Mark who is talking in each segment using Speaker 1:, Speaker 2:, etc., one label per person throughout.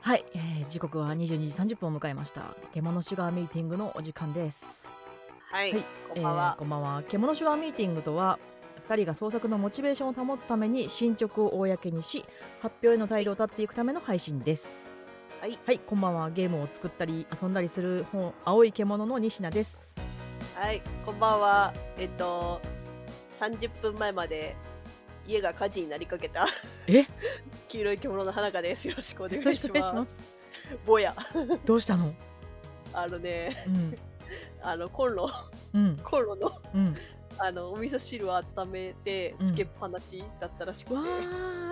Speaker 1: はい、えー時刻は22時30分を迎えました。獣シュガーミーティングのお時間です。
Speaker 2: はい、
Speaker 1: はい
Speaker 2: こんばん
Speaker 1: え
Speaker 2: は
Speaker 1: ー、こんばんは。獣シュガーミーティングとは、2人が創作のモチベーションを保つために進捗を公にし、発表への態度を立っていくための配信です。
Speaker 2: はい、
Speaker 1: はい、こんばんは。ゲームを作ったり遊んだりする本、青い獣の西名です。
Speaker 2: はい、こんばんは。えっと、30分前まで家が火事になりかけた
Speaker 1: え
Speaker 2: 黄色い獣の花香です。よろしくお願いし
Speaker 1: お願いし
Speaker 2: ま。
Speaker 1: ますす。
Speaker 2: ぼや、
Speaker 1: どうしたの？
Speaker 2: あのね、
Speaker 1: うん
Speaker 2: あのコンロ、
Speaker 1: うん
Speaker 2: コンロの
Speaker 1: うん。
Speaker 2: あのお味噌汁を温めて
Speaker 1: うん
Speaker 2: つけっぱなしだったらしくて。
Speaker 1: わ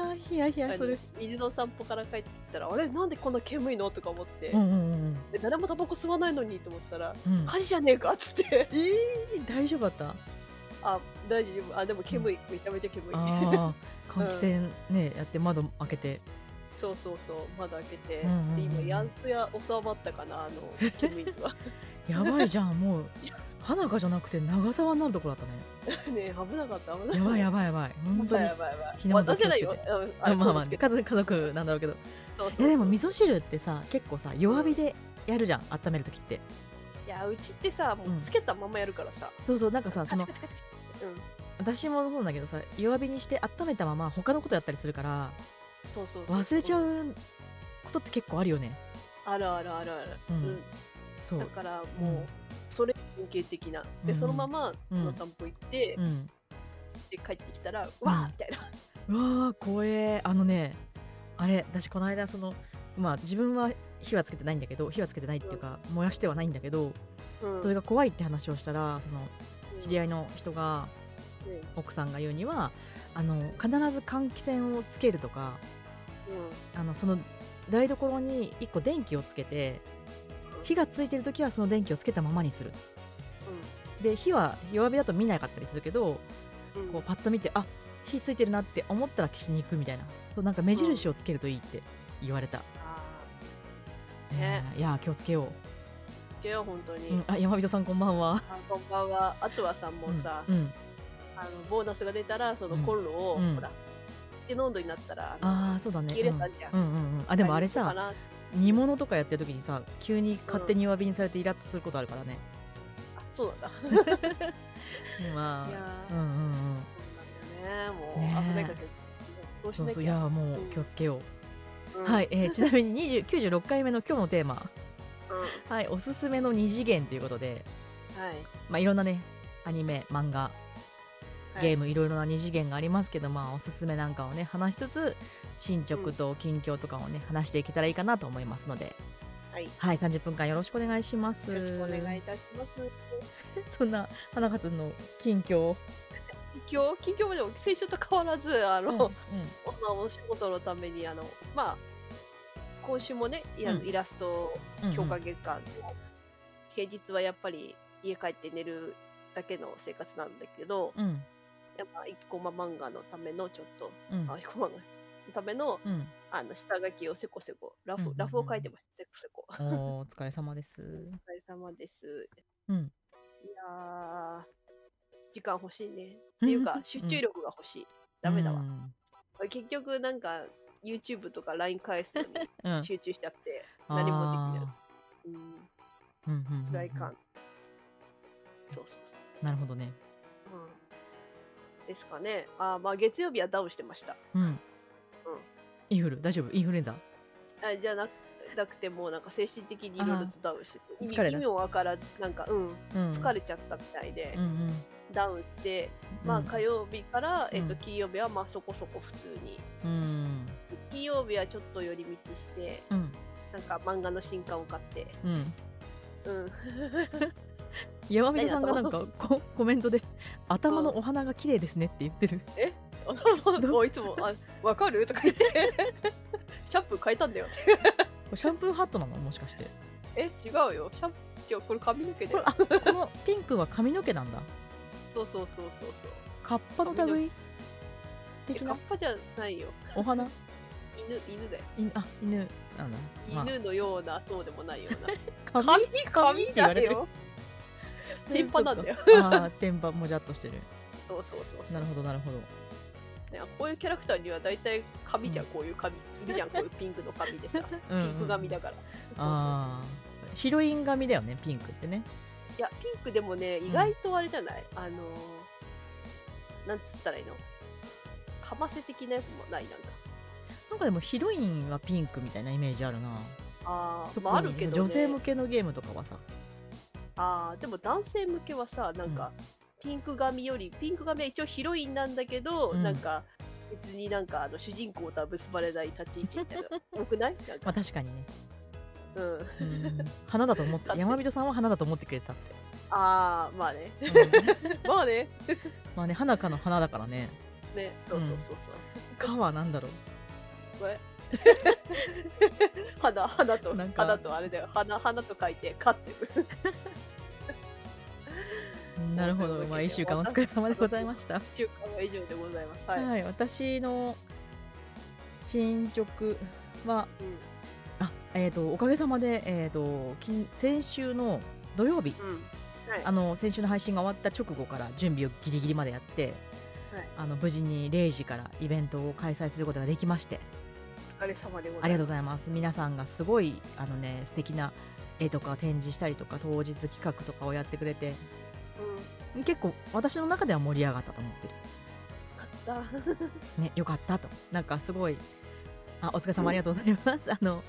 Speaker 1: あ、ひやひ
Speaker 2: あ
Speaker 1: や
Speaker 2: の
Speaker 1: する。
Speaker 2: 水の散歩から帰ってきたらあれなんでこんな煙いのとか思って、
Speaker 1: うんうんうん
Speaker 2: え誰もタバコ吸わないのにと思ったら
Speaker 1: うん。
Speaker 2: 火事じゃねえかっつって
Speaker 1: えー、大丈夫だった？
Speaker 2: あ大丈夫あでも煙いめちゃめちゃ煙い
Speaker 1: ああ、換気扇ね、やって窓開け て。
Speaker 2: そうそうそう、窓開けて、
Speaker 1: うんうんうん
Speaker 2: で今やっとや収まったかな、あの煙は。
Speaker 1: やばいじゃん、もう。花香じゃなくて長沢になるとこだったね。
Speaker 2: ねえ危なかった、危なかった。
Speaker 1: やば いや
Speaker 2: ば
Speaker 1: ばいやばい。本当に。
Speaker 2: やばいやばい。
Speaker 1: 火の元
Speaker 2: 私じゃないよ
Speaker 1: 気をつ。
Speaker 2: うん
Speaker 1: あまあまあ、
Speaker 2: そう
Speaker 1: ね、
Speaker 2: ですけど
Speaker 1: 家族家族なんだろうけど。
Speaker 2: そうそう
Speaker 1: い
Speaker 2: そう
Speaker 1: やでも味噌汁ってさ、結構さ弱火でやるじゃん、温めるときって。
Speaker 2: いや、うちってさ、も
Speaker 1: う
Speaker 2: うんつけたままやるからさ。
Speaker 1: そうそう、なんかさ、 その
Speaker 2: うん、
Speaker 1: 私もそうだけどさ、弱火にして温めたまま他のことやったりするから。
Speaker 2: そうそうそう。
Speaker 1: 忘れちゃ
Speaker 2: う。
Speaker 1: うことって結構あるよね。
Speaker 2: あるあるあるある。
Speaker 1: う
Speaker 2: うんん、
Speaker 1: そ
Speaker 2: だ
Speaker 1: う。
Speaker 2: から
Speaker 1: う
Speaker 2: も
Speaker 1: ん
Speaker 2: う、それ典型的な。
Speaker 1: う
Speaker 2: で、
Speaker 1: ん
Speaker 2: そのまま、
Speaker 1: う
Speaker 2: そ
Speaker 1: ん
Speaker 2: の散歩行って、
Speaker 1: うん。
Speaker 2: で帰ってきたら、うわーみたいな。
Speaker 1: うわー、怖え。あのね、あれ、私この間、その、まあ自分は火はつけてないんだけど、火はつけてないっていうか、燃やしてはないんだけど、
Speaker 2: うん
Speaker 1: それが怖いって話をしたら、その、知り合
Speaker 2: い。
Speaker 1: いの人が、
Speaker 2: うんうん
Speaker 1: 奥さんが言うには、あの、必ず換気扇をつけるとか、あの、その、台所に一個電気をつけて、火がついてる時はその電気をつけたままにする。で、火は弱火だと見なかったりするけど、
Speaker 2: うんうん
Speaker 1: こうパッと見てあ火ついてるなって思ったら消しに行くみたいなそうなんか目印をつけるといいって言われた、
Speaker 2: あ
Speaker 1: ね
Speaker 2: ね
Speaker 1: えいやー気をつけよ
Speaker 2: ーつけよう、本当
Speaker 1: う、うん
Speaker 2: に。
Speaker 1: あ山人さんこんばんは
Speaker 2: あこんばんは。あとはさ、もうさ、
Speaker 1: うんうん
Speaker 2: あのボーナスが出たら、その
Speaker 1: うん
Speaker 2: コンロを、
Speaker 1: うん
Speaker 2: ほら、って温度になったら、
Speaker 1: ああそうだね
Speaker 2: 切れたじゃん。
Speaker 1: うんうんうんうんあでもあれ
Speaker 2: 買い
Speaker 1: さ
Speaker 2: に行こ
Speaker 1: 煮物とかやってる時にさ急に勝手に弱火にされてイラッとすることあるからね、
Speaker 2: うかなあそうなんだ。
Speaker 1: ま
Speaker 2: いや
Speaker 1: あう
Speaker 2: ー、
Speaker 1: んうんうん
Speaker 2: そうなんだよね。もう、
Speaker 1: ねえ
Speaker 2: 危ないかけど、どうし
Speaker 1: そう
Speaker 2: な
Speaker 1: そ
Speaker 2: き
Speaker 1: ういや
Speaker 2: ゃ。
Speaker 1: ーもう
Speaker 2: うん
Speaker 1: 気をつけよ
Speaker 2: う
Speaker 1: う、
Speaker 2: ん
Speaker 1: はい、えーちなみに20 96回目の今日のテーマ
Speaker 2: うんはい。
Speaker 1: はいおすすめの二次元ということでまあいろんなねアニメ漫画
Speaker 2: はい
Speaker 1: ゲームいろいろな二次元がありますけど、まあ、おすすめなんかをね話しつつ進捗と近況とかをね、話していけたらいいかなと思いますので、
Speaker 2: はい。よ
Speaker 1: はい、30分間よろしくお願いします。
Speaker 2: ろしくお願いいたします。
Speaker 1: そんな花香さんの近況、
Speaker 2: 今日、近況までも先週と変わらず、あ
Speaker 1: うん
Speaker 2: の、まあお仕事のために、あの、まあ、今週もね、いや
Speaker 1: うん
Speaker 2: イラストを
Speaker 1: うん
Speaker 2: 強化月間の平日はやっぱり家帰って寝るだけの生活なんだけど、
Speaker 1: うん
Speaker 2: やっぱ一コマ漫画のためのちょっと、
Speaker 1: うん
Speaker 2: あ一コマ漫画のための
Speaker 1: うん
Speaker 2: あの下書きをせこせこラフ、
Speaker 1: うんうんうん
Speaker 2: ラフを書いてましたせこせこ。
Speaker 1: うん、おーお疲れ様です。
Speaker 2: お疲れ様です。
Speaker 1: うん、
Speaker 2: いやー時間欲しいね。っていうか集中力が欲しい。ダメだわ
Speaker 1: う。ん
Speaker 2: これ結局なんか YouTube とか LINE 返すのに
Speaker 1: うん、
Speaker 2: 集中しちゃって、何もできない
Speaker 1: あ
Speaker 2: うん、
Speaker 1: ーうんうんうんうん
Speaker 2: 辛い感。そうそうそう。
Speaker 1: なるほどね。
Speaker 2: うんですかね。あーまあ月曜日はダウンしてました。
Speaker 1: うん。インフル大丈夫インフルエンザ。
Speaker 2: あじゃなくなくてもうなんか精神的にいろいろとダウンしてて意
Speaker 1: 疲れ
Speaker 2: 味
Speaker 1: た
Speaker 2: 意味もわからずなんかうん
Speaker 1: うん、
Speaker 2: 疲れちゃったみたいで、
Speaker 1: うんうん。
Speaker 2: ダウンしてまあ火曜日から、えっ
Speaker 1: う
Speaker 2: と
Speaker 1: ん
Speaker 2: 金曜日はまあそこそこ普通に
Speaker 1: うん
Speaker 2: 金曜日はちょっと寄り道して
Speaker 1: うん
Speaker 2: なんか漫画の新刊を買って
Speaker 1: うん。
Speaker 2: うん
Speaker 1: 山本さんがなんかコ コメントで「頭のお花が綺麗ですね」って言ってる
Speaker 2: 頭の子いつも「あわかる?」とか 言って「シャンプー変えたんだよ」って
Speaker 1: これ シャンプーハットなのもしかして
Speaker 2: 「え違うよシャンプー違うこれ髪の毛で
Speaker 1: これあこのピンクは髪の毛なんだ
Speaker 2: そうそうそうそうそう
Speaker 1: カッパの類い
Speaker 2: え
Speaker 1: 的
Speaker 2: カッ
Speaker 1: な
Speaker 2: パじゃないよ
Speaker 1: お花
Speaker 2: 犬犬だよ
Speaker 1: 犬あ犬なんだ、まあ、
Speaker 2: 犬のようなそうでもないような
Speaker 1: 髪
Speaker 2: 髪
Speaker 1: 髪
Speaker 2: 髪
Speaker 1: って言わ
Speaker 2: だ
Speaker 1: れてる
Speaker 2: よ。テンパなんだよ。
Speaker 1: ああーテンパもじゃっとしてる
Speaker 2: そうそうそうそう
Speaker 1: なるほどなるほど
Speaker 2: ね、こういうキャラクターには大体髪じゃん、
Speaker 1: う
Speaker 2: こういう 髪いるじゃんこういうピンクの髪でさピンク髪だから、
Speaker 1: あ
Speaker 2: そうそ
Speaker 1: ー
Speaker 2: う
Speaker 1: ヒロイン髪だよねピンクってね
Speaker 2: そういやピンクでもね意外とあれじゃない、あのーなんつったらいいのかませ的なやつもないなんか
Speaker 1: なんかでもヒロインはピンクみたいなイメージあるな
Speaker 2: あー
Speaker 1: 特
Speaker 2: ま
Speaker 1: に
Speaker 2: ああるけど、ね、
Speaker 1: 女性向けのゲームとかはさ
Speaker 2: あーでも男性向けはさなんか、ピンク髪よりピンク髪は一応ヒロインなんだけど、
Speaker 1: うん
Speaker 2: なんか別になんかあの主人公とは結ばれない立ち位置 みたいな多くないなん
Speaker 1: ま
Speaker 2: か
Speaker 1: あ、確かにね
Speaker 2: うん、
Speaker 1: うん花だと思って
Speaker 2: だって
Speaker 1: 山人さんは花だと思ってくれたっ
Speaker 2: ああまあね
Speaker 1: て、うん
Speaker 2: まあね
Speaker 1: まあね花かの花だからね
Speaker 2: ねそうそうそうそう、
Speaker 1: かはなんだろう
Speaker 2: こ れ花花と
Speaker 1: なんか
Speaker 2: 花とあれだよ花花と書いて「か」ってる
Speaker 1: なるほど、まあ、1週間お疲れ様でございました。
Speaker 2: 中華は以上でございますはい、
Speaker 1: はい、私の進捗は、
Speaker 2: うん
Speaker 1: あえー、とおかげさまで、えー、と近先週の土曜日、
Speaker 2: うんはい
Speaker 1: あの先週の配信が終わった直後から準備をギリギリまでやって、
Speaker 2: はい
Speaker 1: あの無事に0時からイベントを開催することができまして、
Speaker 2: お疲れ様でございます
Speaker 1: ありがとうございます。皆さんがすごいあの、ね、素敵な絵とか展示したりとか当日企画とかをやってくれて
Speaker 2: す、うん、よ
Speaker 1: 結構私の中では盛り上がったと思ってる。
Speaker 2: かった
Speaker 1: ね、よかったとなんかすごいあお疲れ様ありがとうございます、あの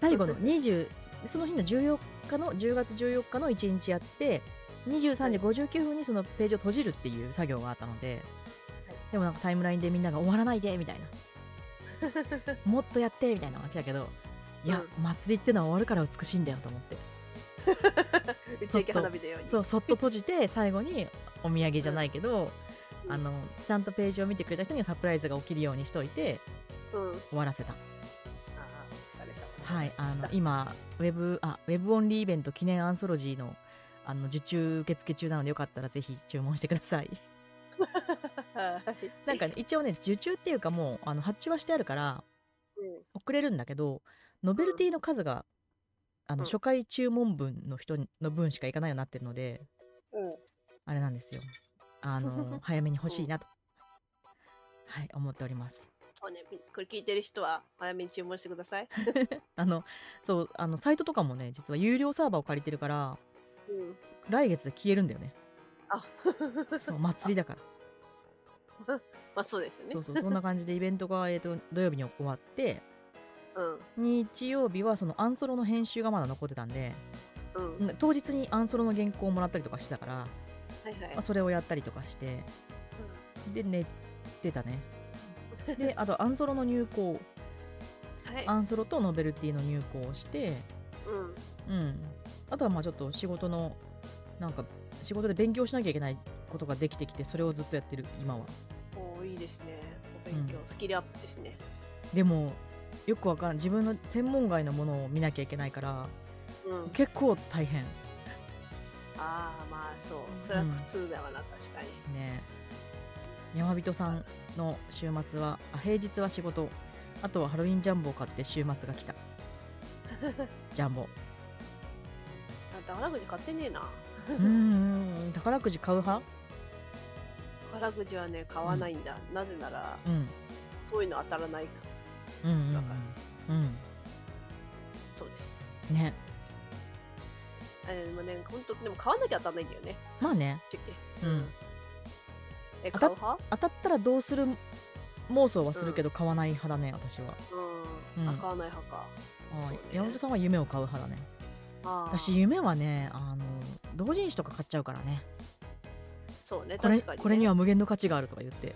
Speaker 1: 最後の20その日の14日の10月14日の1日やって23時59分にそのページを閉じるっていう作業があったので、
Speaker 2: はい
Speaker 1: でもなんかタイムラインでみんなが終わらないでみたい なもっとやってみたいなのが来たけどいや、祭りってのは終わるから美しいんだよと思って
Speaker 2: 打ち上げ花火のように
Speaker 1: そうそっと閉じて最後にお土産じゃないけど、
Speaker 2: うん
Speaker 1: あのちゃんとページを見てくれた人にはサプライズが起きるようにしといて
Speaker 2: うん、あ
Speaker 1: 終わらせた
Speaker 2: あお疲れ様でした
Speaker 1: はい、あの今ウェブあウェブオンリーイベント記念アンソロジーのあの受注受付中なのでよかったらぜひ注文してください。
Speaker 2: はい
Speaker 1: なんか、ね、一応ね受注っていうかもうあの発注はしてあるから
Speaker 2: うん
Speaker 1: 遅れるんだけどノベルティの数が、あ
Speaker 2: う
Speaker 1: の
Speaker 2: ん
Speaker 1: 初回注文分の人の分しかいかないようになってるので
Speaker 2: うん、
Speaker 1: あれなんですよ。あ の早めに欲しいなと、はい思っております。
Speaker 2: そうねみこれ聞いてる人は早めに注文してください、
Speaker 1: あのそうあのサイトとかもね実は有料サーバーを借りてるから
Speaker 2: うん、
Speaker 1: 来月で消えるんだよね。
Speaker 2: あ
Speaker 1: そう祭りだから。
Speaker 2: まあそうですよね
Speaker 1: そうそうそんな感じでイベントが、えー、と土曜日に終わって
Speaker 2: うん
Speaker 1: 日曜日はそのアンソロの編集がまだ残ってたんで
Speaker 2: うん
Speaker 1: ん当日にアンソロの原稿をもらったりとかしてたから、ま
Speaker 2: はいはい
Speaker 1: あ、それをやったりとかしてで寝てたねであとアンソロの入稿
Speaker 2: うんはい
Speaker 1: アンソロとノベルティの入稿をして
Speaker 2: うん
Speaker 1: うんあとはまあちょっと仕事のなんか仕事で勉強しなきゃいけないことができてきてそれをずっとやってる今は
Speaker 2: おーいいですね。お勉強、
Speaker 1: うん
Speaker 2: スキルアップですね。
Speaker 1: でもよくわかん自分の専門外のものを見なきゃいけないから
Speaker 2: うん。
Speaker 1: 結構大変
Speaker 2: ああ、まあそう。それは普通だわな、確かに。
Speaker 1: ね山人さんの週末はあ平日は仕事あとはハロウィンジャンボを買って週末が 来たジャンボ
Speaker 2: だって宝くじ買ってねえな。
Speaker 1: うーん宝くじ買う派
Speaker 2: 宝くじはね、買わないんだ。なぜなら、
Speaker 1: うん
Speaker 2: そういうの当たらないか
Speaker 1: うんうん
Speaker 2: だか
Speaker 1: うん
Speaker 2: ら。そうです。
Speaker 1: うんね
Speaker 2: えー、でもね、本当でも買わなきゃ当たらないんだよね。
Speaker 1: まあね
Speaker 2: チェキ
Speaker 1: うん。
Speaker 2: え、
Speaker 1: 当
Speaker 2: 買
Speaker 1: た
Speaker 2: う
Speaker 1: っ
Speaker 2: 派
Speaker 1: 当たったらどうする妄想はするけど買わない派だね私は、
Speaker 2: うん。
Speaker 1: う
Speaker 2: あ、
Speaker 1: ん
Speaker 2: 買わない派か。
Speaker 1: は
Speaker 2: そう
Speaker 1: い
Speaker 2: ね
Speaker 1: 山人さんは夢を買う派だね
Speaker 2: ああ。
Speaker 1: 私夢はねあの同人誌とか買っちゃうからね
Speaker 2: そうね、
Speaker 1: これ
Speaker 2: 確かに、ね。
Speaker 1: これには無限の価値があるとか言って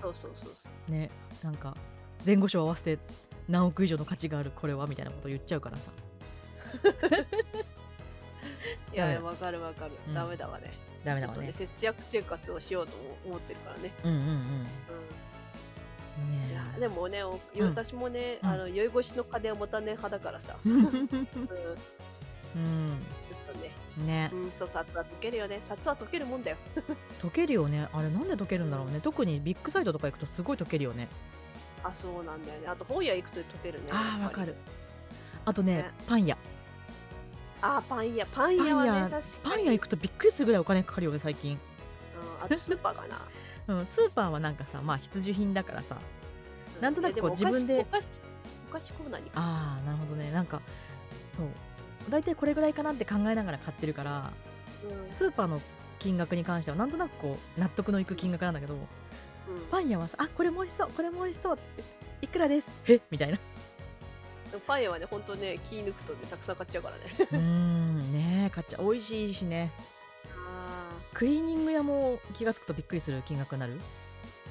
Speaker 2: そうそうそうそう。
Speaker 1: ねなんか前後賞合わせて何億以上の価値があるこれはみたいなこと言っちゃうからさ
Speaker 2: いやい
Speaker 1: ダ
Speaker 2: や、
Speaker 1: メ
Speaker 2: わかるわかる、
Speaker 1: うん
Speaker 2: ダメだわね。
Speaker 1: ダメ
Speaker 2: ち
Speaker 1: だ
Speaker 2: ょ
Speaker 1: わ
Speaker 2: っと
Speaker 1: ね
Speaker 2: ね、節約生活をしようとも思ってるからね。
Speaker 1: うんうんうんね
Speaker 2: うん。いや
Speaker 1: え
Speaker 2: でもね、お
Speaker 1: うん
Speaker 2: 私もね、
Speaker 1: うん
Speaker 2: あの酔い越しの金を持たねえ派だからさ、
Speaker 1: う
Speaker 2: うん、ちょっ
Speaker 1: ん
Speaker 2: とね、
Speaker 1: ね
Speaker 2: うん、そう、札は溶けるよね、札は溶けるもんだよ。
Speaker 1: 溶けるよねあれなんで溶けるんだろうね特にビッグサイトとか行くとすごい溶けるよね
Speaker 2: あ、そうなんだよね。あと本屋行くと溶けるね。
Speaker 1: あー
Speaker 2: や
Speaker 1: わ
Speaker 2: っぱ
Speaker 1: か
Speaker 2: り
Speaker 1: る。あとね
Speaker 2: ね
Speaker 1: パン屋
Speaker 2: あー、パン屋、パン屋はね、
Speaker 1: パン屋
Speaker 2: 確かに。
Speaker 1: パン屋行くとびっくりするぐらいお金かかるよね最近
Speaker 2: うん、ああとスーパーかな
Speaker 1: うん、スーパーはなんかさまあ必需品だからさなんとなくこう
Speaker 2: いや
Speaker 1: 自分で
Speaker 2: お菓子お菓子お菓子コーナーに行く
Speaker 1: ああなるほどねなんかそう大体これぐらいかなって考えながら買ってるから
Speaker 2: うん
Speaker 1: スーパーの金額に関してはなんとなくこう納得のいく金額なんだけど
Speaker 2: うん
Speaker 1: パン屋はさ「あこれも美味しそうこれも美味しそう」って「いくらです」えみたいな
Speaker 2: でもパン屋はね本当ね気抜くとねたくさん買っちゃうからね
Speaker 1: うーんねえ買っちゃう美味しいしね
Speaker 2: あ
Speaker 1: クリーニング屋も気が付くとびっくりする金額になる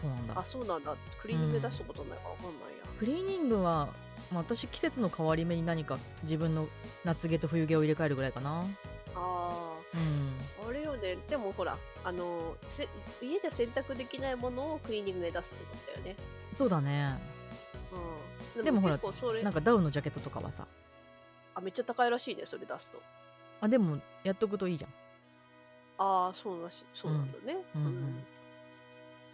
Speaker 1: そうなん
Speaker 2: ーあ
Speaker 1: だ
Speaker 2: そうなんだクリーニングで出したことないからわかんないや、
Speaker 1: クリーニングは、まあ、私季節の変わり目に何か自分の夏毛と冬毛を入れ替えるぐらいかな
Speaker 2: あ
Speaker 1: うん
Speaker 2: ああれよねでもほらあのせ家じゃ洗濯できないものをクリーニングで出すってことだよね、
Speaker 1: そうだね
Speaker 2: うん、
Speaker 1: でもほら
Speaker 2: 結構それ
Speaker 1: なんかダウンのジャケットとかはさ
Speaker 2: あめっちゃ高いらしいねそれ出すと
Speaker 1: あでもやっとくといいじゃん
Speaker 2: ああそうらしそうなんだね
Speaker 1: うんうん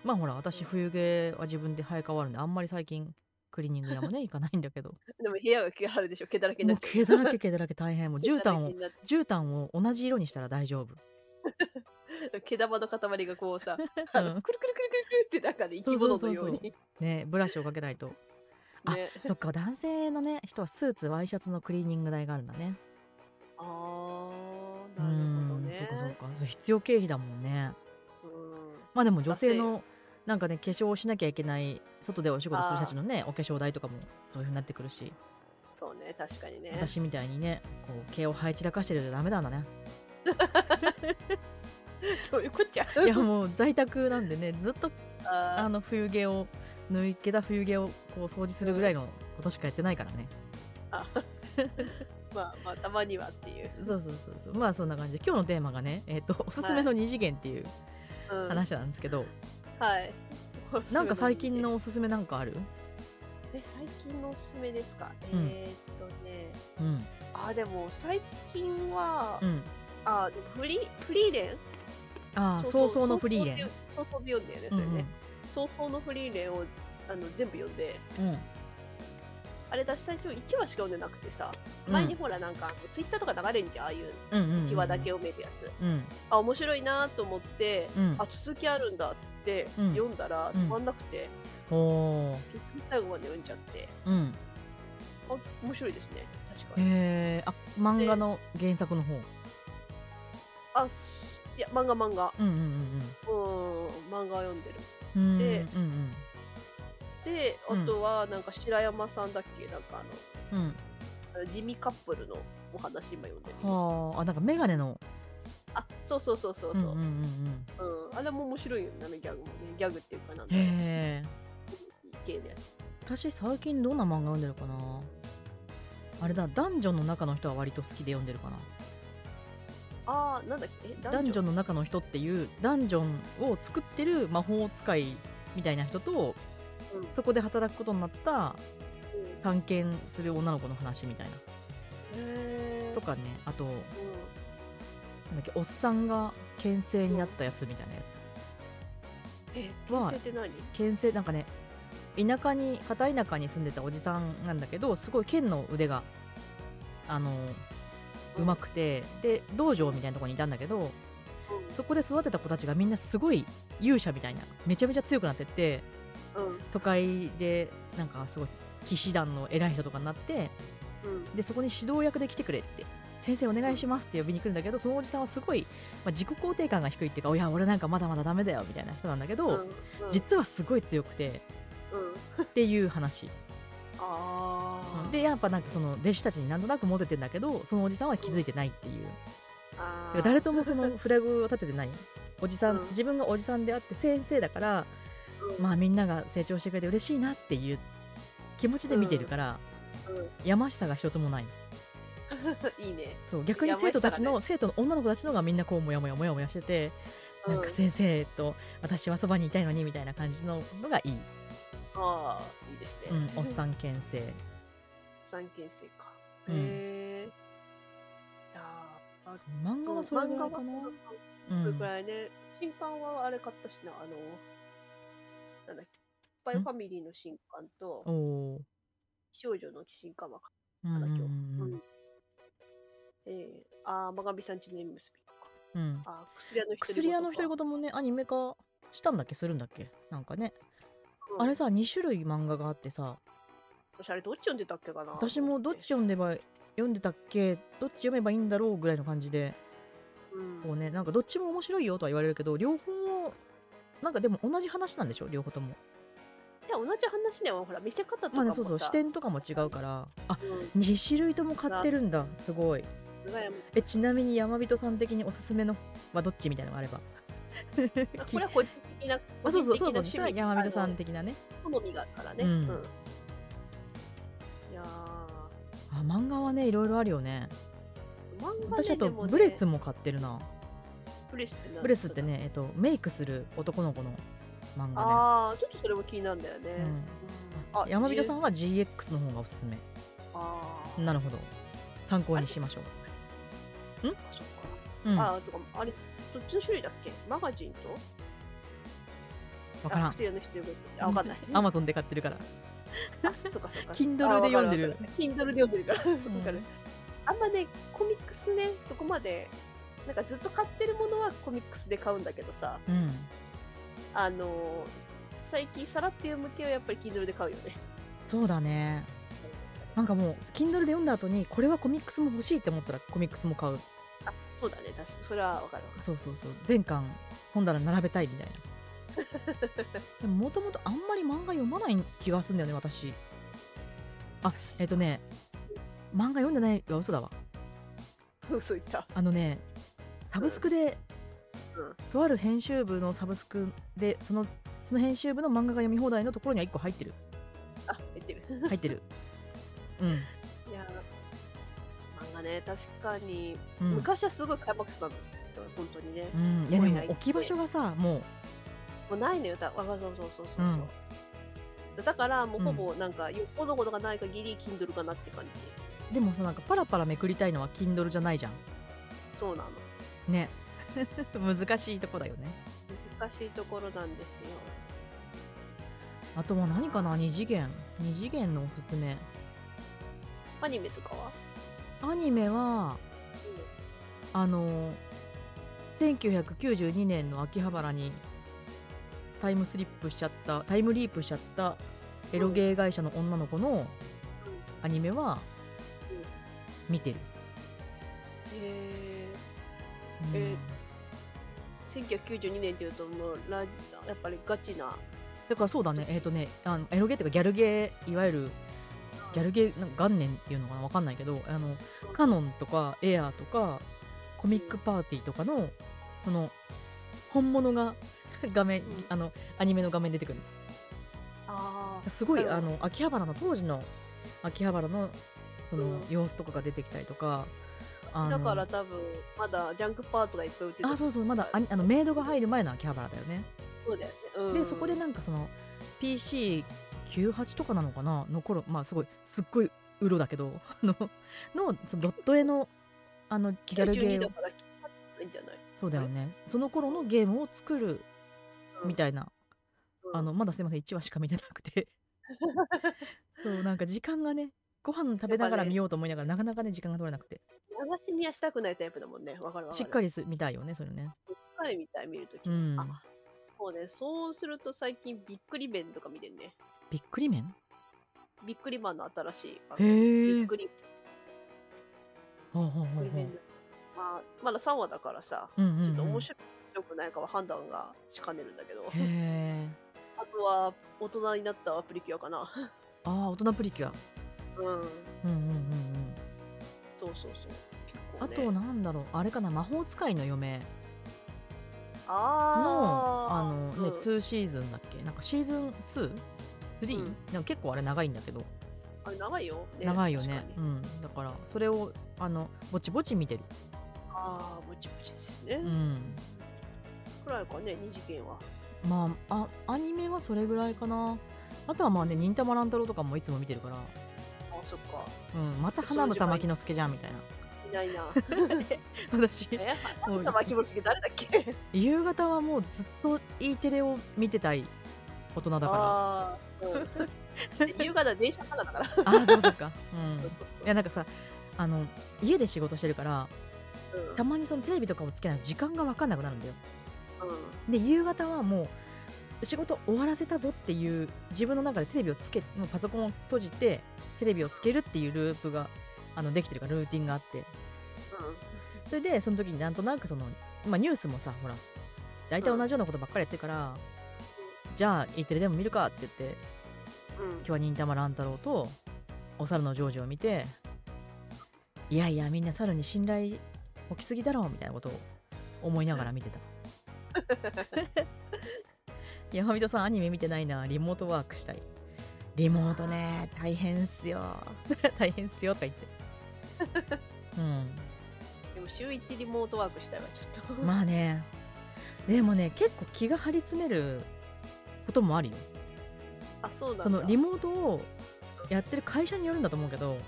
Speaker 1: まあほら私冬毛は自分で生え変わるんであんまり最近クリーニング屋もね行かないんだけ ど
Speaker 2: でも部屋が毛があるでしょ毛だらけに
Speaker 1: も
Speaker 2: な
Speaker 1: う
Speaker 2: っち
Speaker 1: 毛
Speaker 2: ゃ
Speaker 1: だらけ毛だらけ大変もう
Speaker 2: う
Speaker 1: 絨毯を
Speaker 2: 毛だらけになっ
Speaker 1: 絨毯を同じ色にしたら大丈夫
Speaker 2: ちゃう毛玉の塊がこう さあ
Speaker 1: う
Speaker 2: の
Speaker 1: ん
Speaker 2: くるくるくるくるくるってなんかね生き物のように
Speaker 1: そうそうそうねブラシをかけない とあ
Speaker 2: ね
Speaker 1: そっか男性のね人はスーツワイシャツのクリーニング代があるんだね
Speaker 2: ああなるほど
Speaker 1: うん
Speaker 2: ね
Speaker 1: そうかそうかそう必要経費だもんね
Speaker 2: うん
Speaker 1: まあでも女性のなんかね化粧をしなきゃいけない外でお仕事する人たちのねお化粧代とかもそういうふうになってくるし
Speaker 2: そうね確かにね
Speaker 1: 私みたいにねこう毛を生え散らかしてるじゃダメなんだ ね
Speaker 2: どういうこっちゃ
Speaker 1: いやもう在宅なんでねずっとあ
Speaker 2: あ
Speaker 1: の冬毛を抜いけた冬毛をこう掃除するぐらいのことしかやってないからね、
Speaker 2: ーまあまあたまにはっていう、
Speaker 1: そうそうそうそうまあそんな感じで今日のテーマがね、えっとおすすめの2次元っていう
Speaker 2: うん、
Speaker 1: 話なんですけど、
Speaker 2: はい
Speaker 1: なんか最近のおすすめなんかある
Speaker 2: え最近のおすすめですか、
Speaker 1: うん
Speaker 2: えー、っとね
Speaker 1: うん
Speaker 2: あーでも最近は、
Speaker 1: うん
Speaker 2: あーでもフリフリーレン
Speaker 1: ああ早々のフリーレン
Speaker 2: で早々で読んだよね
Speaker 1: う
Speaker 2: そ
Speaker 1: ん
Speaker 2: れね、早々のフリーレンをあの全部読んで
Speaker 1: うんうん
Speaker 2: あれ私最初1話しか読んでなくてさ前にほらなんか、ツイッターとか流れるんじゃんああいう
Speaker 1: うんうんうん
Speaker 2: 1話だけ読めるやつ、
Speaker 1: うん
Speaker 2: あ面白いなと思って、
Speaker 1: うん
Speaker 2: あ続きあるんだっつって、
Speaker 1: うん
Speaker 2: 読んだら
Speaker 1: うん
Speaker 2: 止まんなくて、
Speaker 1: おー
Speaker 2: 結局最後まで読んじゃって
Speaker 1: うん
Speaker 2: あ面白いですね確かに
Speaker 1: へえあ漫画の原作の方
Speaker 2: あすいや漫画漫画
Speaker 1: うんうん
Speaker 2: うーん漫画読んでる
Speaker 1: うんうん
Speaker 2: で
Speaker 1: うん
Speaker 2: で
Speaker 1: う
Speaker 2: あ
Speaker 1: ん
Speaker 2: とはなんか白山さんだっけなんか
Speaker 1: うんうん
Speaker 2: あの地味カップルのお話今読んでる
Speaker 1: うんはああなんかメガネの
Speaker 2: あそうそうそうそうそ
Speaker 1: ん
Speaker 2: う、うん
Speaker 1: んうんうん
Speaker 2: あれも面白いよねあのギャグもねギャグっていうかなんだろう
Speaker 1: へえ
Speaker 2: 系のやつ
Speaker 1: 私最近どんな漫画読んでるかなあれだ男女の中の人は割と好きで読んでるかな
Speaker 2: ああなんだっけえ
Speaker 1: 男女
Speaker 2: の
Speaker 1: の中の人っていうダンジョンを作ってる魔法使いみたいな人と、
Speaker 2: うん
Speaker 1: そこで働くことになった
Speaker 2: うん
Speaker 1: 探検する女の子の話みたいな
Speaker 2: へー
Speaker 1: とかねあとなん
Speaker 2: うん
Speaker 1: だっけおっさんが牽制になったやつみたいなやつ
Speaker 2: え
Speaker 1: は
Speaker 2: 平成って何
Speaker 1: 牽制なんかね田舎に片田舎に住んでたおじさんなんだけどすごい剣の腕があのうまくてで道場みたいなところにいたんだけどそこで育てた子たちがみんなすごい勇者みたいなめちゃめちゃ強くなってって
Speaker 2: うんうん
Speaker 1: 都会でなんかすごい騎士団の偉い人とかになって
Speaker 2: うん
Speaker 1: でそこに指導役で来てくれって先生お願いしますって呼びに来るんだけどそのおじさんはすごい、まあ自己肯定感が低いっていうかおや俺なんかまだまだダメだよみたいな人なんだけど、
Speaker 2: うんうん
Speaker 1: 実はすごい強くて
Speaker 2: うん
Speaker 1: っていう話
Speaker 2: あー
Speaker 1: でやっぱなんかその弟子たちになんとなくモテてんだけどそのおじさんは気づいてないっていう
Speaker 2: あ
Speaker 1: だか
Speaker 2: ー
Speaker 1: ら誰ともそのフラグを立ててないおじさん、
Speaker 2: うん
Speaker 1: 自分がおじさんであって先生だから
Speaker 2: うん
Speaker 1: まあみんなが成長してくれて嬉しいなっていう気持ちで見てるから、
Speaker 2: うん
Speaker 1: 山下が一つもない
Speaker 2: いいね
Speaker 1: そう逆に
Speaker 2: 山下
Speaker 1: 生
Speaker 2: がね
Speaker 1: 徒たちの、生徒の女の子たちのがみんなこうモヤモヤモヤモヤしてて、
Speaker 2: うん
Speaker 1: なんか先生と私はそばにいたいのにみたいな感じののがいい、
Speaker 2: あーいいですね
Speaker 1: うん、おっさ
Speaker 2: ん
Speaker 1: ん牽制
Speaker 2: 三軒生か
Speaker 1: うん
Speaker 2: へえいやーあ
Speaker 1: 漫画はそれぐらいかな
Speaker 2: 漫画は
Speaker 1: う
Speaker 2: それ
Speaker 1: ん
Speaker 2: くらいね新刊はあれ買ったしなあのなんだっけバイオファミリーの新刊と
Speaker 1: おおー
Speaker 2: 少女の新刊は買
Speaker 1: うんうんうん
Speaker 2: っただけを
Speaker 1: うん
Speaker 2: うんえー、あー、まがみさんちの縁結びとか。
Speaker 1: うん、
Speaker 2: あ薬屋の一人
Speaker 1: 薬屋の独り
Speaker 2: 言
Speaker 1: 言もねアニメ化したんだっけするんだっけなんかね、
Speaker 2: かうん
Speaker 1: あれさ2種類漫画があってさ
Speaker 2: 私あれどっち読んでたっけかな
Speaker 1: 私もどっち、読んでば読んでたっけどっち読めばいいんだろうぐらいの感じで
Speaker 2: うん
Speaker 1: こうねなんかどっちも面白いよとは言われるけど両方なんかでも同じ話なんでしょ両方とも
Speaker 2: いや同じ話ねほら見せ方とか
Speaker 1: まあ
Speaker 2: も
Speaker 1: ね
Speaker 2: さ、
Speaker 1: そうそう視点とかも違うからあ
Speaker 2: うん
Speaker 1: 2種類とも買ってるんだすごい
Speaker 2: 羨ましい
Speaker 1: えちなみに山人さん的におすすめのはどっちみたいなのがあれ ば
Speaker 2: まあこれは個人的な、
Speaker 1: まあそうそうそうそう
Speaker 2: 個人
Speaker 1: そ
Speaker 2: 的
Speaker 1: れは
Speaker 2: な
Speaker 1: 山人さん
Speaker 2: あ
Speaker 1: 的なね
Speaker 2: の好みがあるからね。
Speaker 1: う
Speaker 2: うんんいやー
Speaker 1: あ漫画はねいろいろあるよね
Speaker 2: 漫画ね、
Speaker 1: 私あと
Speaker 2: でもね
Speaker 1: ブレスも買ってるな
Speaker 2: ブレスって何
Speaker 1: ブレスって。ねえっとメイクする男の子の漫画
Speaker 2: ああ、ちょっとそれも気になるんだよね。
Speaker 1: うん
Speaker 2: あ
Speaker 1: で山人さ
Speaker 2: ん。
Speaker 1: んは GX の方がおすすめ
Speaker 2: あー
Speaker 1: なるほど参考にしましょ
Speaker 2: あ、そっか。
Speaker 1: ううん
Speaker 2: あー、そっか。あれ、どっちの種類だっけマガジンと
Speaker 1: わから
Speaker 2: あ
Speaker 1: ん
Speaker 2: 薬屋の人よあ、わかんない。
Speaker 1: アマゾンで買ってるから
Speaker 2: あそっかそっかそっか。
Speaker 1: Kindle で読んでる
Speaker 2: あ。Kindle で読んでるから。わかる。あんまね、コミックスね、そこまで、なんかずっと買ってるものはコミックスで買うんだけどさ、
Speaker 1: うん
Speaker 2: あのー最近さらって読む系はやっぱり Kindle で買うよね。
Speaker 1: そうだねなんかもう Kindle で読んだ後にこれはコミックスも欲しいって思ったらコミックスも買う
Speaker 2: あ、そうだね、確かそれはわかるわ
Speaker 1: そうそうそう全巻本棚並べたいみたい なでももともとあんまり漫画読まない気がするんだよね私あえっ、とね漫画読んでないは嘘だわ
Speaker 2: かる。 嘘言った。
Speaker 1: あのねサブスクで、
Speaker 2: うん
Speaker 1: とある編集部のサブスクでそのその編集部の漫画が読み放題のところには1個入 ってる
Speaker 2: あ、言ってる。
Speaker 1: 入ってるうん、
Speaker 2: いやー、漫画ね、確かに、
Speaker 1: うん
Speaker 2: 昔はすごい開幕したんだけど、本当にね。
Speaker 1: うん、いやで
Speaker 2: すごい
Speaker 1: も
Speaker 2: な
Speaker 1: 置き場所がさもう
Speaker 2: もうないのよ、だわざわざそうそうそうそ
Speaker 1: う
Speaker 2: う。
Speaker 1: ん
Speaker 2: だからもうほぼなんかよっぽどのことがない限り Kindle かなって感じ
Speaker 1: でもさなんかパラパラめくりたいのは Kindle じゃないじゃん
Speaker 2: そうなの
Speaker 1: ね難しいとこだよね
Speaker 2: 難しいところなんですよ
Speaker 1: あとは何かな2次元2次元のおすすめ
Speaker 2: アニメとかは、
Speaker 1: アニメはあの1992年の秋葉原にタイムスリップしちゃったタイムリープしちゃったエロゲー会社の女の子のアニメは見てる、
Speaker 2: え
Speaker 1: うん
Speaker 2: え1992年っていうともうラジやっぱりガチな
Speaker 1: だからそうだねえっ、とねあのエロゲーっていうかギャルゲーいわゆるギャルゲーなんか元年っていうのかなわかんないけどあのカノンとかエアーとかコミックパーティーとかのこの本物が画面
Speaker 2: うん
Speaker 1: あのアニメの画面に出てくる
Speaker 2: あ
Speaker 1: すごい
Speaker 2: はい
Speaker 1: あの秋葉原の当時の秋葉原のその
Speaker 2: うん
Speaker 1: 様子とかが出てきたりとかあ
Speaker 2: あだ
Speaker 1: の
Speaker 2: から多分まだジャンクパーツがいっぱい売ってた
Speaker 1: あそうそうまだああのメイドが入る前の秋葉原だよね
Speaker 2: そうだよね、うん
Speaker 1: でそこでなんかその PC98 とかなのかなの頃まあすごいすっごいうろだけど あののそのドット絵のあのギャルゲ
Speaker 2: 92
Speaker 1: ー
Speaker 2: だ
Speaker 1: を
Speaker 2: からいいんじゃない
Speaker 1: そうだよねその頃のゲームを作るみたいな、
Speaker 2: うん
Speaker 1: あのまだすいません1話しか見てなく てそうなんか時間がねご飯食べながら見ようと思いながら、なかなかね時間が取れなくて
Speaker 2: 流し見はしたくないタイプだもんねわかるわかる
Speaker 1: しっか
Speaker 2: り
Speaker 1: りす見たいよねそれね
Speaker 2: しっかり見たい見るとき、
Speaker 1: うん
Speaker 2: あそうねそうすると最近びっくり弁とか見てんね
Speaker 1: びっくり面
Speaker 2: びっくりマンの新しい番
Speaker 1: へ
Speaker 2: 組び
Speaker 1: え
Speaker 2: っくり
Speaker 1: ほうほう
Speaker 2: び
Speaker 1: ほう
Speaker 2: っくり
Speaker 1: ほう
Speaker 2: 弁のまあまだ3話だからさ
Speaker 1: うんうんう
Speaker 2: ちょっと
Speaker 1: ん
Speaker 2: 面
Speaker 1: へ
Speaker 2: 白くないかは判断がしかねるんだけど、
Speaker 1: え
Speaker 2: あとは大人になったアプリキュアか な。
Speaker 1: ああ大人プリキュア
Speaker 2: うん、
Speaker 1: うんうんうんうん
Speaker 2: そうそうそう。結構
Speaker 1: あ
Speaker 2: ね、
Speaker 1: となんだろうあれかな魔法使いの嫁のあ
Speaker 2: あ
Speaker 1: の
Speaker 2: ー
Speaker 1: ね、
Speaker 2: うん
Speaker 1: 2シーズンだっけなんかシーズン 2?3?、
Speaker 2: うん
Speaker 1: なんか結構あれ長いんだけど
Speaker 2: あれ長いよ、
Speaker 1: 長いよね
Speaker 2: 確か
Speaker 1: う
Speaker 2: に
Speaker 1: ん、だからそれをあのぼちぼち見てる、
Speaker 2: ああ、ぼちぼちですね。
Speaker 1: うん、
Speaker 2: くらいかね、二次元は。
Speaker 1: まああアニメはそれぐらいかなあとはまあね忍たま乱太郎とかもいつも見てるから、
Speaker 2: あそっか。
Speaker 1: うん、また花房牧之助じゃんみた いない
Speaker 2: ない な。
Speaker 1: 私
Speaker 2: え、
Speaker 1: もう
Speaker 2: あ巻きぼすけ誰だっけ
Speaker 1: 夕方はもうずっと E テレを見てたい大人だか
Speaker 2: ああー、うんで夕方電車からだから。
Speaker 1: らああーそうそうか、うん、
Speaker 2: そう
Speaker 1: い
Speaker 2: そうそう
Speaker 1: やなんかさあの家で仕事してるから
Speaker 2: うん
Speaker 1: たまにそのテレビとかをつけないと時間が分かんなくなるんだよ
Speaker 2: うん
Speaker 1: で夕方はもう仕事終わらせたぞっていう自分の中でテレビをつけもうパソコンを閉じてテレビをつけるっていうループがあのできてるからルーティンがあってそれでその時になんとなくその、まあ、ニュースもさほら大体同じようなことばっかりやってるから、じゃあ E テレでも見るかって言って
Speaker 2: うんうん
Speaker 1: 今日は忍たま乱太郎とお猿のジョージを見ていやいやみんな猿に信頼起きすぎだろうみたいなことを思いながら見てた山人さんアニメ見てないなリモートワークしたいリモートね大変っすよ 大変っすよとか言って
Speaker 2: でも週1リモートワークしたいわちょっ
Speaker 1: う
Speaker 2: と
Speaker 1: んまあねでもね結構気が張り詰めることもあるよ
Speaker 2: あそうなんだ
Speaker 1: そのリモートをやってる会社によるんだと思うけど
Speaker 2: うん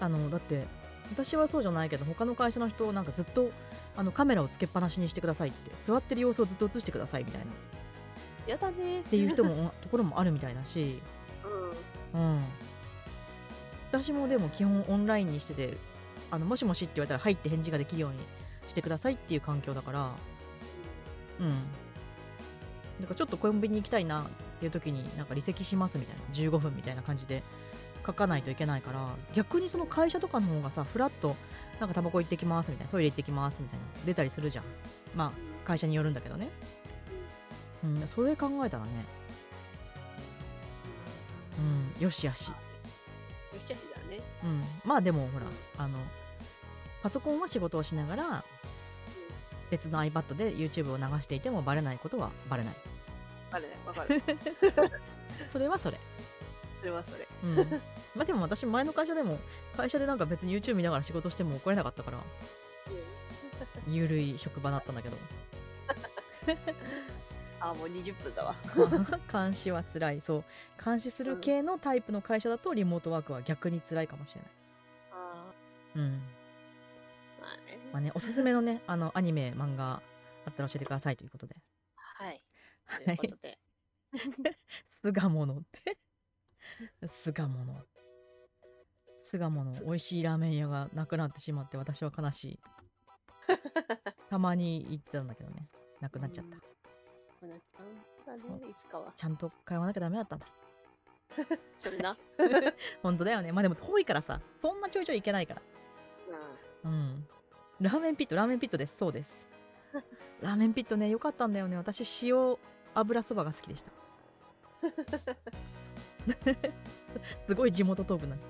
Speaker 1: あのだって私はそうじゃないけど他の会社の人なんかずっとあのカメラをつけっぱなしにしてくださいって座ってる様子をずっと映してくださいみたいなっ
Speaker 2: やだねって
Speaker 1: いう人もところもあるみたいだし、
Speaker 2: うん
Speaker 1: うん、私もでも基本オンラインにしててあのもしもしって言われたら「はい」って返事ができるようにしてくださいっていう環境だからうんだからちょっとコンビニ行きたいなっていう時になんか離席しますみたいな15分みたいな感じで書かないといけないから逆にその会社とかの方がさフラッとなんかタバコ行ってきますみたいなトイレ行ってきますみたいな出たりするじゃんまあ会社によるんだけどねうんそれ考えたらねうんよしよし
Speaker 2: よしよしだね
Speaker 1: うんまあでもほらあのパソコンは仕事をしながら別の iPad で YouTube を流していてもバレないことはバレない
Speaker 2: わかるねわかる
Speaker 1: それはそれ
Speaker 2: それはそれ
Speaker 1: うん、まあでも私前の会社でも会社でなんか別に YouTube 見ながら仕事しても怒られなかったからゆるい職場だったんだけど
Speaker 2: あもう20分だわ
Speaker 1: 監視は辛いそう監視する系のタイプの会社だとリモートワークは逆に辛いかもしれ
Speaker 2: あ
Speaker 1: ないうん
Speaker 2: ーまあね
Speaker 1: まあねおすすめのねあのアニメ漫画あったら教えてくださいということで
Speaker 2: はい
Speaker 1: は
Speaker 2: という
Speaker 1: い
Speaker 2: こと で
Speaker 1: 「巣鴨の」って巣鴨の巣鴨の美味しいラーメン屋がなくなってしまって私は悲しいたまに行ってたんだけどねなくなっちゃった
Speaker 2: こうなっちゃうんだ
Speaker 1: そ
Speaker 2: ねいつかは
Speaker 1: ちゃんと通わなきゃダメだったんだ。
Speaker 2: それな
Speaker 1: 本当だよね。まあでも遠いからさ、そんなちょいちょい行けないから。うん。ラーメンピット、ラーメンピットです。そう です。ラーメンピットね、良かったんだよね。私、塩油そばが好き でした。すごい地元トークなんだ。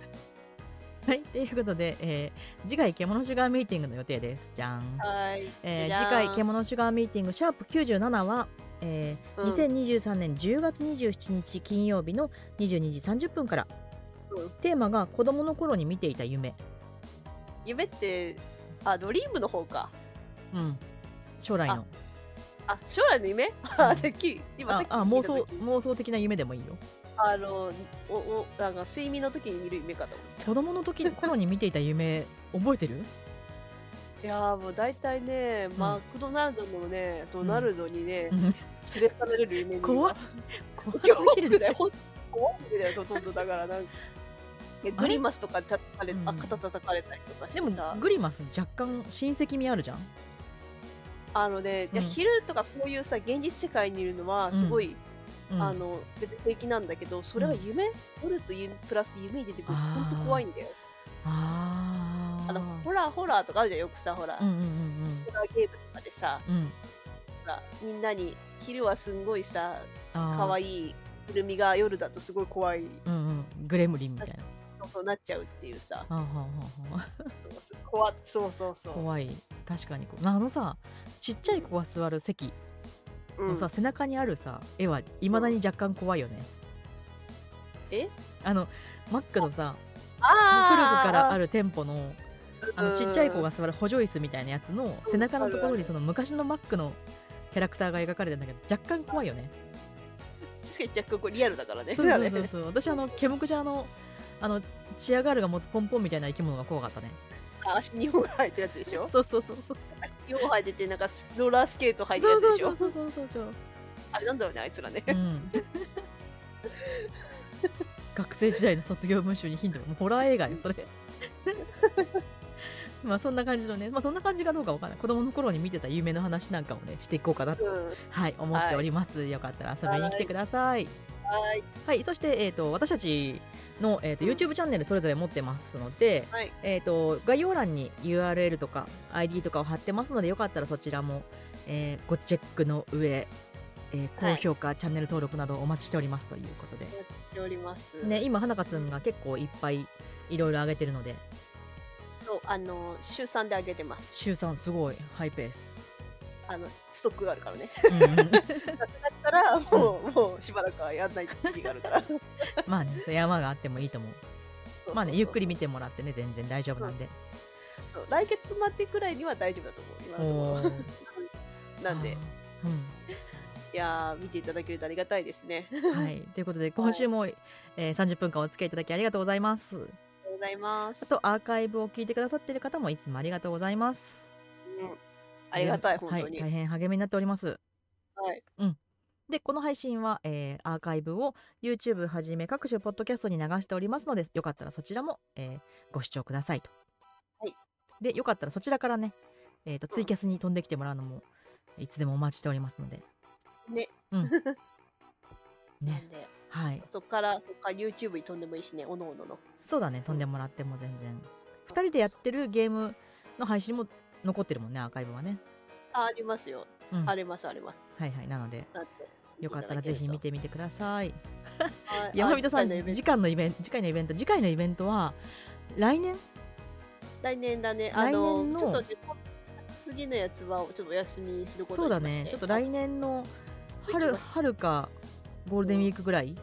Speaker 1: はい、ということで、えー次回、獣シュガーミーティングの予定です。じゃん。
Speaker 2: はい
Speaker 1: えー次
Speaker 2: じゃ
Speaker 1: 回「
Speaker 2: あ
Speaker 1: 獣シュガーミーティング」シャープ97は、えー
Speaker 2: うん
Speaker 1: 2023年10月27日金曜日の22時30分から、
Speaker 2: うん
Speaker 1: テーマが子どもの頃に見ていた夢、
Speaker 2: 夢ってあドリームの方か
Speaker 1: うん、将来の
Speaker 2: あ将来の夢あてっきり
Speaker 1: あ
Speaker 2: 今さっき
Speaker 1: あ
Speaker 2: 聞い
Speaker 1: 妄
Speaker 2: た時
Speaker 1: 想妄想的な夢でもいいよ
Speaker 2: あのおおなんか睡眠の時に見る夢かと思って
Speaker 1: 子どもの時頃に見ていた夢 覚えてる
Speaker 2: たいやーもう大体ね、
Speaker 1: ん
Speaker 2: マクドナルドのねドナルドにね、
Speaker 1: うん
Speaker 2: 連れ去られる夢に
Speaker 1: 怖っ怖す
Speaker 2: 恐
Speaker 1: ぎ
Speaker 2: 怖
Speaker 1: る
Speaker 2: だ
Speaker 1: でし
Speaker 2: よ
Speaker 1: ょ
Speaker 2: ほん怖い夢だよほとんどだから なんか
Speaker 1: あ
Speaker 2: え
Speaker 1: れ
Speaker 2: グリマスとかたたれ、
Speaker 1: う
Speaker 2: あ
Speaker 1: ん
Speaker 2: 肩叩かれたりとかして
Speaker 1: でも
Speaker 2: さ
Speaker 1: グリマス若干親戚味あるじゃん
Speaker 2: あのね、いや
Speaker 1: うん
Speaker 2: 昼とかこういうさ現実世界にいるのはすごい、
Speaker 1: うん
Speaker 2: あの別に平気なんだけどそれは夢、夜と夢プラス夢に出てくると
Speaker 1: あー
Speaker 2: 本当怖いんだよ
Speaker 1: あー
Speaker 2: あのホラーホラーとかあるじゃんよくさほら、
Speaker 1: うんうん
Speaker 2: ホラーゲームとかでさ
Speaker 1: うんうんうん
Speaker 2: ほらみんなに昼はすんごいさ
Speaker 1: あー
Speaker 2: 可愛いくるみが夜だとすごい怖い
Speaker 1: うんうんグレムリンみたいな
Speaker 2: そうなっちゃうっていうさ
Speaker 1: はあはあはあはあ
Speaker 2: 怖っそうそうそう
Speaker 1: 怖い確かにこうあのさちっちゃい子が座る席
Speaker 2: う
Speaker 1: の
Speaker 2: ん
Speaker 1: さ、背中にあるさ絵はいまだに若干怖いよね、
Speaker 2: え
Speaker 1: あのマックのさ古
Speaker 2: あ
Speaker 1: く
Speaker 2: ー
Speaker 1: からあ
Speaker 2: る
Speaker 1: る店舗のあのちっちゃい子が座る補助椅子みたいなやつの背中のところにその昔のマックのキャラクターが描かれてるんだけど若干怖いよね。
Speaker 2: 確かに若干これリアルだからね
Speaker 1: そうそう
Speaker 2: だか
Speaker 1: そ
Speaker 2: ら
Speaker 1: う
Speaker 2: ね
Speaker 1: そう。私あのケムクジャのあのチアガールが持つポンポンみたいな生き物が怖かったね。
Speaker 2: あ足2本が入ってるやつでしょ
Speaker 1: そうそうそうそう。
Speaker 2: 足2本入っててなんかローラースケート入ってる
Speaker 1: そ
Speaker 2: や
Speaker 1: う
Speaker 2: つでしょ
Speaker 1: そうそうそうそうそう。
Speaker 2: あれなんだろうねあいつらね、
Speaker 1: うん学生時代の卒業文集にヒントがもうホラー映画よそれまあそんな感じのね、まあ、そんな感じかどうかわからない子供の頃に見てた夢の話なんかをねしていこうかなと、
Speaker 2: うん。
Speaker 1: はい、思っております、よかったら遊びに来てください
Speaker 2: はい。
Speaker 1: はい、そして、えー、と私たちの、えー、と
Speaker 2: うん
Speaker 1: YouTube チャンネルそれぞれ持ってますので、
Speaker 2: はい。
Speaker 1: えー、と概要欄に URL とか ID とかを貼ってますのでよかったらそちらも、えーごチェックの上、えー
Speaker 2: は
Speaker 1: 高
Speaker 2: い
Speaker 1: 評価、チャンネル登録などお待ちしておりますということで、
Speaker 2: やっております。
Speaker 1: ね、今花香つんが結構いっぱいいろいろ上げてるので
Speaker 2: そうあの週3で上げてます。
Speaker 1: 週3すごいハイペース、
Speaker 2: あのストックがあるからね。
Speaker 1: うん、
Speaker 2: だった らもう、もうしばらくはやんない時がある から。そう
Speaker 1: まあね山があってもいいと思う
Speaker 2: そう
Speaker 1: まあねゆっくり見
Speaker 2: て。
Speaker 1: てもらってね全然大丈夫なんで、
Speaker 2: そう来月までくらいには大丈夫だと思う今のところ
Speaker 1: お
Speaker 2: は。
Speaker 1: ー
Speaker 2: なんで、
Speaker 1: あーうん
Speaker 2: いやー見ていただけるとありがたいですね。あり
Speaker 1: はい、 ということで今週も、えー30分間お付き合いいただきありがとうございます。
Speaker 2: がとうございます
Speaker 1: あ。とアーカイブを聞いてくださっている方もいつもありがとうございます。
Speaker 2: うんありがたい、
Speaker 1: で
Speaker 2: 本当
Speaker 1: はい、
Speaker 2: に。
Speaker 1: 大変励みになっております。
Speaker 2: はい
Speaker 1: でこの配信は、えーアーカイブを YouTube はじめ各種ポッドキャストに流しておりますのでよかったらそちらも、えーご視聴くださいと。
Speaker 2: はい、
Speaker 1: でよかったらそちらからね、えー、とツイキャスに飛んできてもらうのもいつでもお待ちしておりますので。
Speaker 2: ね。
Speaker 1: うん、
Speaker 2: な
Speaker 1: ね
Speaker 2: んで、
Speaker 1: はい
Speaker 2: そこから、そこから YouTube に飛んでもいいしね、おのおのの。
Speaker 1: そうだね飛んでもらっても全然。2人でやってるゲームの配信も残ってるもんねアーカイブはね、
Speaker 2: あ、ありますよ。
Speaker 1: うん、
Speaker 2: あ
Speaker 1: はい
Speaker 2: ります、あります。
Speaker 1: はいなので
Speaker 2: なんで
Speaker 1: よかったらぜひ見てみてください
Speaker 2: いただけると。はい
Speaker 1: 山人さ
Speaker 2: あ
Speaker 1: ん
Speaker 2: 次回のイベン
Speaker 1: 次
Speaker 2: ト
Speaker 1: 回のイベント次回のイベント次回のイベントは来年
Speaker 2: 来年だね。あの
Speaker 1: 来年の
Speaker 2: ちょっとね、次のやつはちょっとお休みすること
Speaker 1: そうだねちょっと来年
Speaker 2: 年、
Speaker 1: の
Speaker 2: あそう
Speaker 1: 春
Speaker 2: 一
Speaker 1: 春かゴールデンウィークぐらい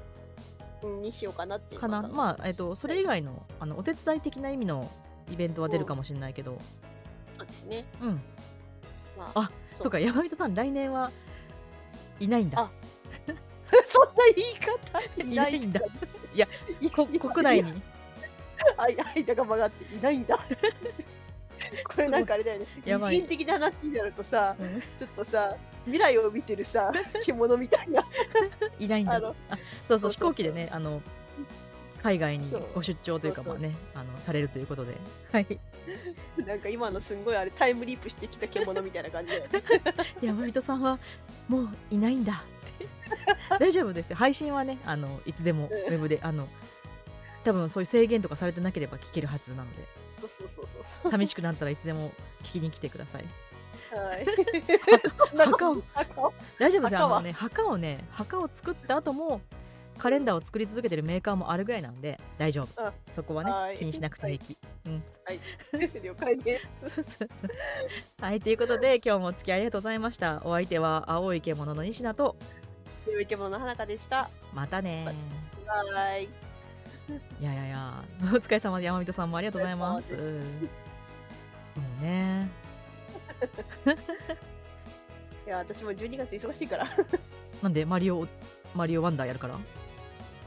Speaker 2: うんにしようかなって。
Speaker 1: かな、
Speaker 2: 今
Speaker 1: まあ、えっと、それ以。外のあのお手伝い的な意味のイベントは出るかもしれないけど、
Speaker 2: そうですね。
Speaker 1: うん、
Speaker 2: ま
Speaker 1: あ
Speaker 2: あ、そう
Speaker 1: とか山人さん来年はいないんだ
Speaker 2: あ そんな言い方いない
Speaker 1: いないんだ。い
Speaker 2: い
Speaker 1: や、こ
Speaker 2: い
Speaker 1: 国内
Speaker 2: い
Speaker 1: に
Speaker 2: やあい間が曲がっていないん だ。これなんかあれだよね。
Speaker 1: やばい
Speaker 2: 人的な話になるとさ、
Speaker 1: うん
Speaker 2: ちょっとさ、未来を見て るさ、獣みたいな。
Speaker 1: いないんだ
Speaker 2: あの
Speaker 1: あそうそ
Speaker 2: そうう
Speaker 1: 飛行機で
Speaker 2: そう
Speaker 1: ねあの海外に
Speaker 2: そう
Speaker 1: ご出張というか
Speaker 2: そ
Speaker 1: ま
Speaker 2: う
Speaker 1: あ
Speaker 2: そう
Speaker 1: ねあのされるということではい
Speaker 2: なんか今のすんごいあれタイムリープしてきた獣みたいな感じだよね。
Speaker 1: 山人さんはもういないん だって大丈夫ですよ配信はねあのいつでもウ
Speaker 2: うん
Speaker 1: ェブであの多分そういう制限とかされてなければ聞けるはずなの で
Speaker 2: そうそうそうそう
Speaker 1: 寂しくなったらいつでも聞きに来てください
Speaker 2: そう。はい。
Speaker 1: 墓を
Speaker 2: 墓を
Speaker 1: 大丈夫ですよあ
Speaker 2: 墓は
Speaker 1: のね墓をね墓を作った後もカレンダーを作り続けてるメーカーもあるぐらいなんで大丈夫
Speaker 2: あ
Speaker 1: そこはね
Speaker 2: はい
Speaker 1: 気にしなくて平気、
Speaker 2: 了解です。
Speaker 1: そうそう そうはいということで今日もお付き合いありがとうございましたお相手は青い獣の西名と
Speaker 2: 良い獣の花でした。
Speaker 1: またね
Speaker 2: ははい。
Speaker 1: いやいやいや、お疲れ様で山人さんもありがとうございます。
Speaker 2: お疲れ
Speaker 1: うんもうね、
Speaker 2: いや、私も12月忙しいから。
Speaker 1: なんでマリオ、マリオワンダーやるから。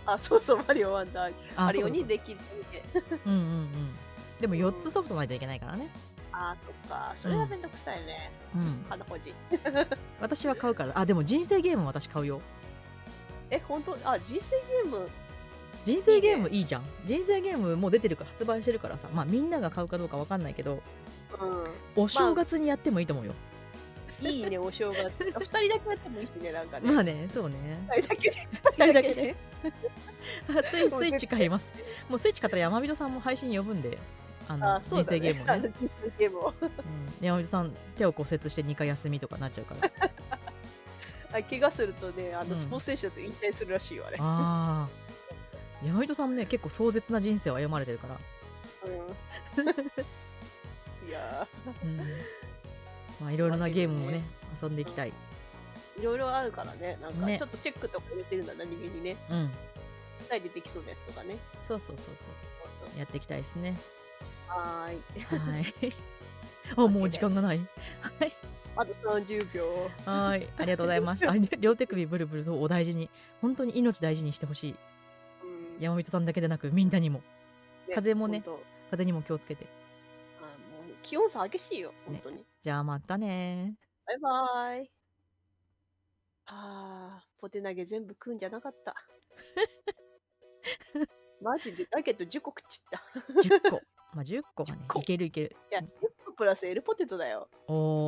Speaker 2: あ、そうそう、マリオワンダー。
Speaker 1: あ
Speaker 2: マリオ
Speaker 1: そう
Speaker 2: に
Speaker 1: かそ
Speaker 2: できるて。
Speaker 1: うかうんうんうん。でも4つソフトないといけないからね。
Speaker 2: あー、そっか。それはめんどくさいね。
Speaker 1: うん。
Speaker 2: 花ほじ。
Speaker 1: 私は買うから、あ、でも人生ゲームは私買うよ。
Speaker 2: え、本当あ、人生ゲーム。
Speaker 1: 人生ゲームいいじゃん。人生ゲームもう出てるから、発売してるからさ、まあみんなが買うかどうかわかんないけど、
Speaker 2: う
Speaker 1: お正月にやってもいいと思うよ。
Speaker 2: ん。いいね、お正月。二人だけやってもいいしね、なんかね。
Speaker 1: まあね、そうね。
Speaker 2: 二人だけで。
Speaker 1: 二人だけ
Speaker 2: で
Speaker 1: で。 ついスイッチ買います。もうスイッチ買ったら山人さんも配信呼ぶんで、あの、
Speaker 2: あ、
Speaker 1: 人
Speaker 2: そうだ
Speaker 1: 生ゲー
Speaker 2: ね
Speaker 1: ム。を
Speaker 2: あ
Speaker 1: ね
Speaker 2: の。人生ゲームを。
Speaker 1: うん、山本さん手を骨折して2回休みとかなっちゃうから
Speaker 2: あ、怪我するとね、あ
Speaker 1: う
Speaker 2: の
Speaker 1: ん
Speaker 2: スポーツ選手だと引退するらしいよ、あれ。
Speaker 1: ああ山本さんもね結構壮絶な人生を歩まれてるから、
Speaker 2: うん。いや
Speaker 1: うんまあいろいろなゲームもね遊んでいきたい、
Speaker 2: ー、いろいろあるからね。なんか、
Speaker 1: ね
Speaker 2: ちょっとチェックとか入れてるんだ、何気にね。
Speaker 1: うん、
Speaker 2: 二人でできそうなやつとかね。
Speaker 1: そうそうそうそうやっていきたいです ね
Speaker 2: はーい。
Speaker 1: はい あもう時間がない
Speaker 2: あと30秒。
Speaker 1: はいありがとうございましたあり 両手首ブルブルとお大事に本当に命大事にしてほしい
Speaker 2: うん
Speaker 1: 山本さんだけでなくみんなにも風邪もね。
Speaker 2: ほんと
Speaker 1: 風邪にも気をつけて
Speaker 2: あもう気温差激しいよ、本当に。
Speaker 1: じゃあまたね
Speaker 2: バイバーイ。あー、ポテ投げ全部食うんじゃなか った。マジで、だけど10個食っちゃった。
Speaker 1: 10個まあ、10個はね
Speaker 2: 10個
Speaker 1: いけるいける
Speaker 2: いや、10個プラスエルポテトだよ。
Speaker 1: お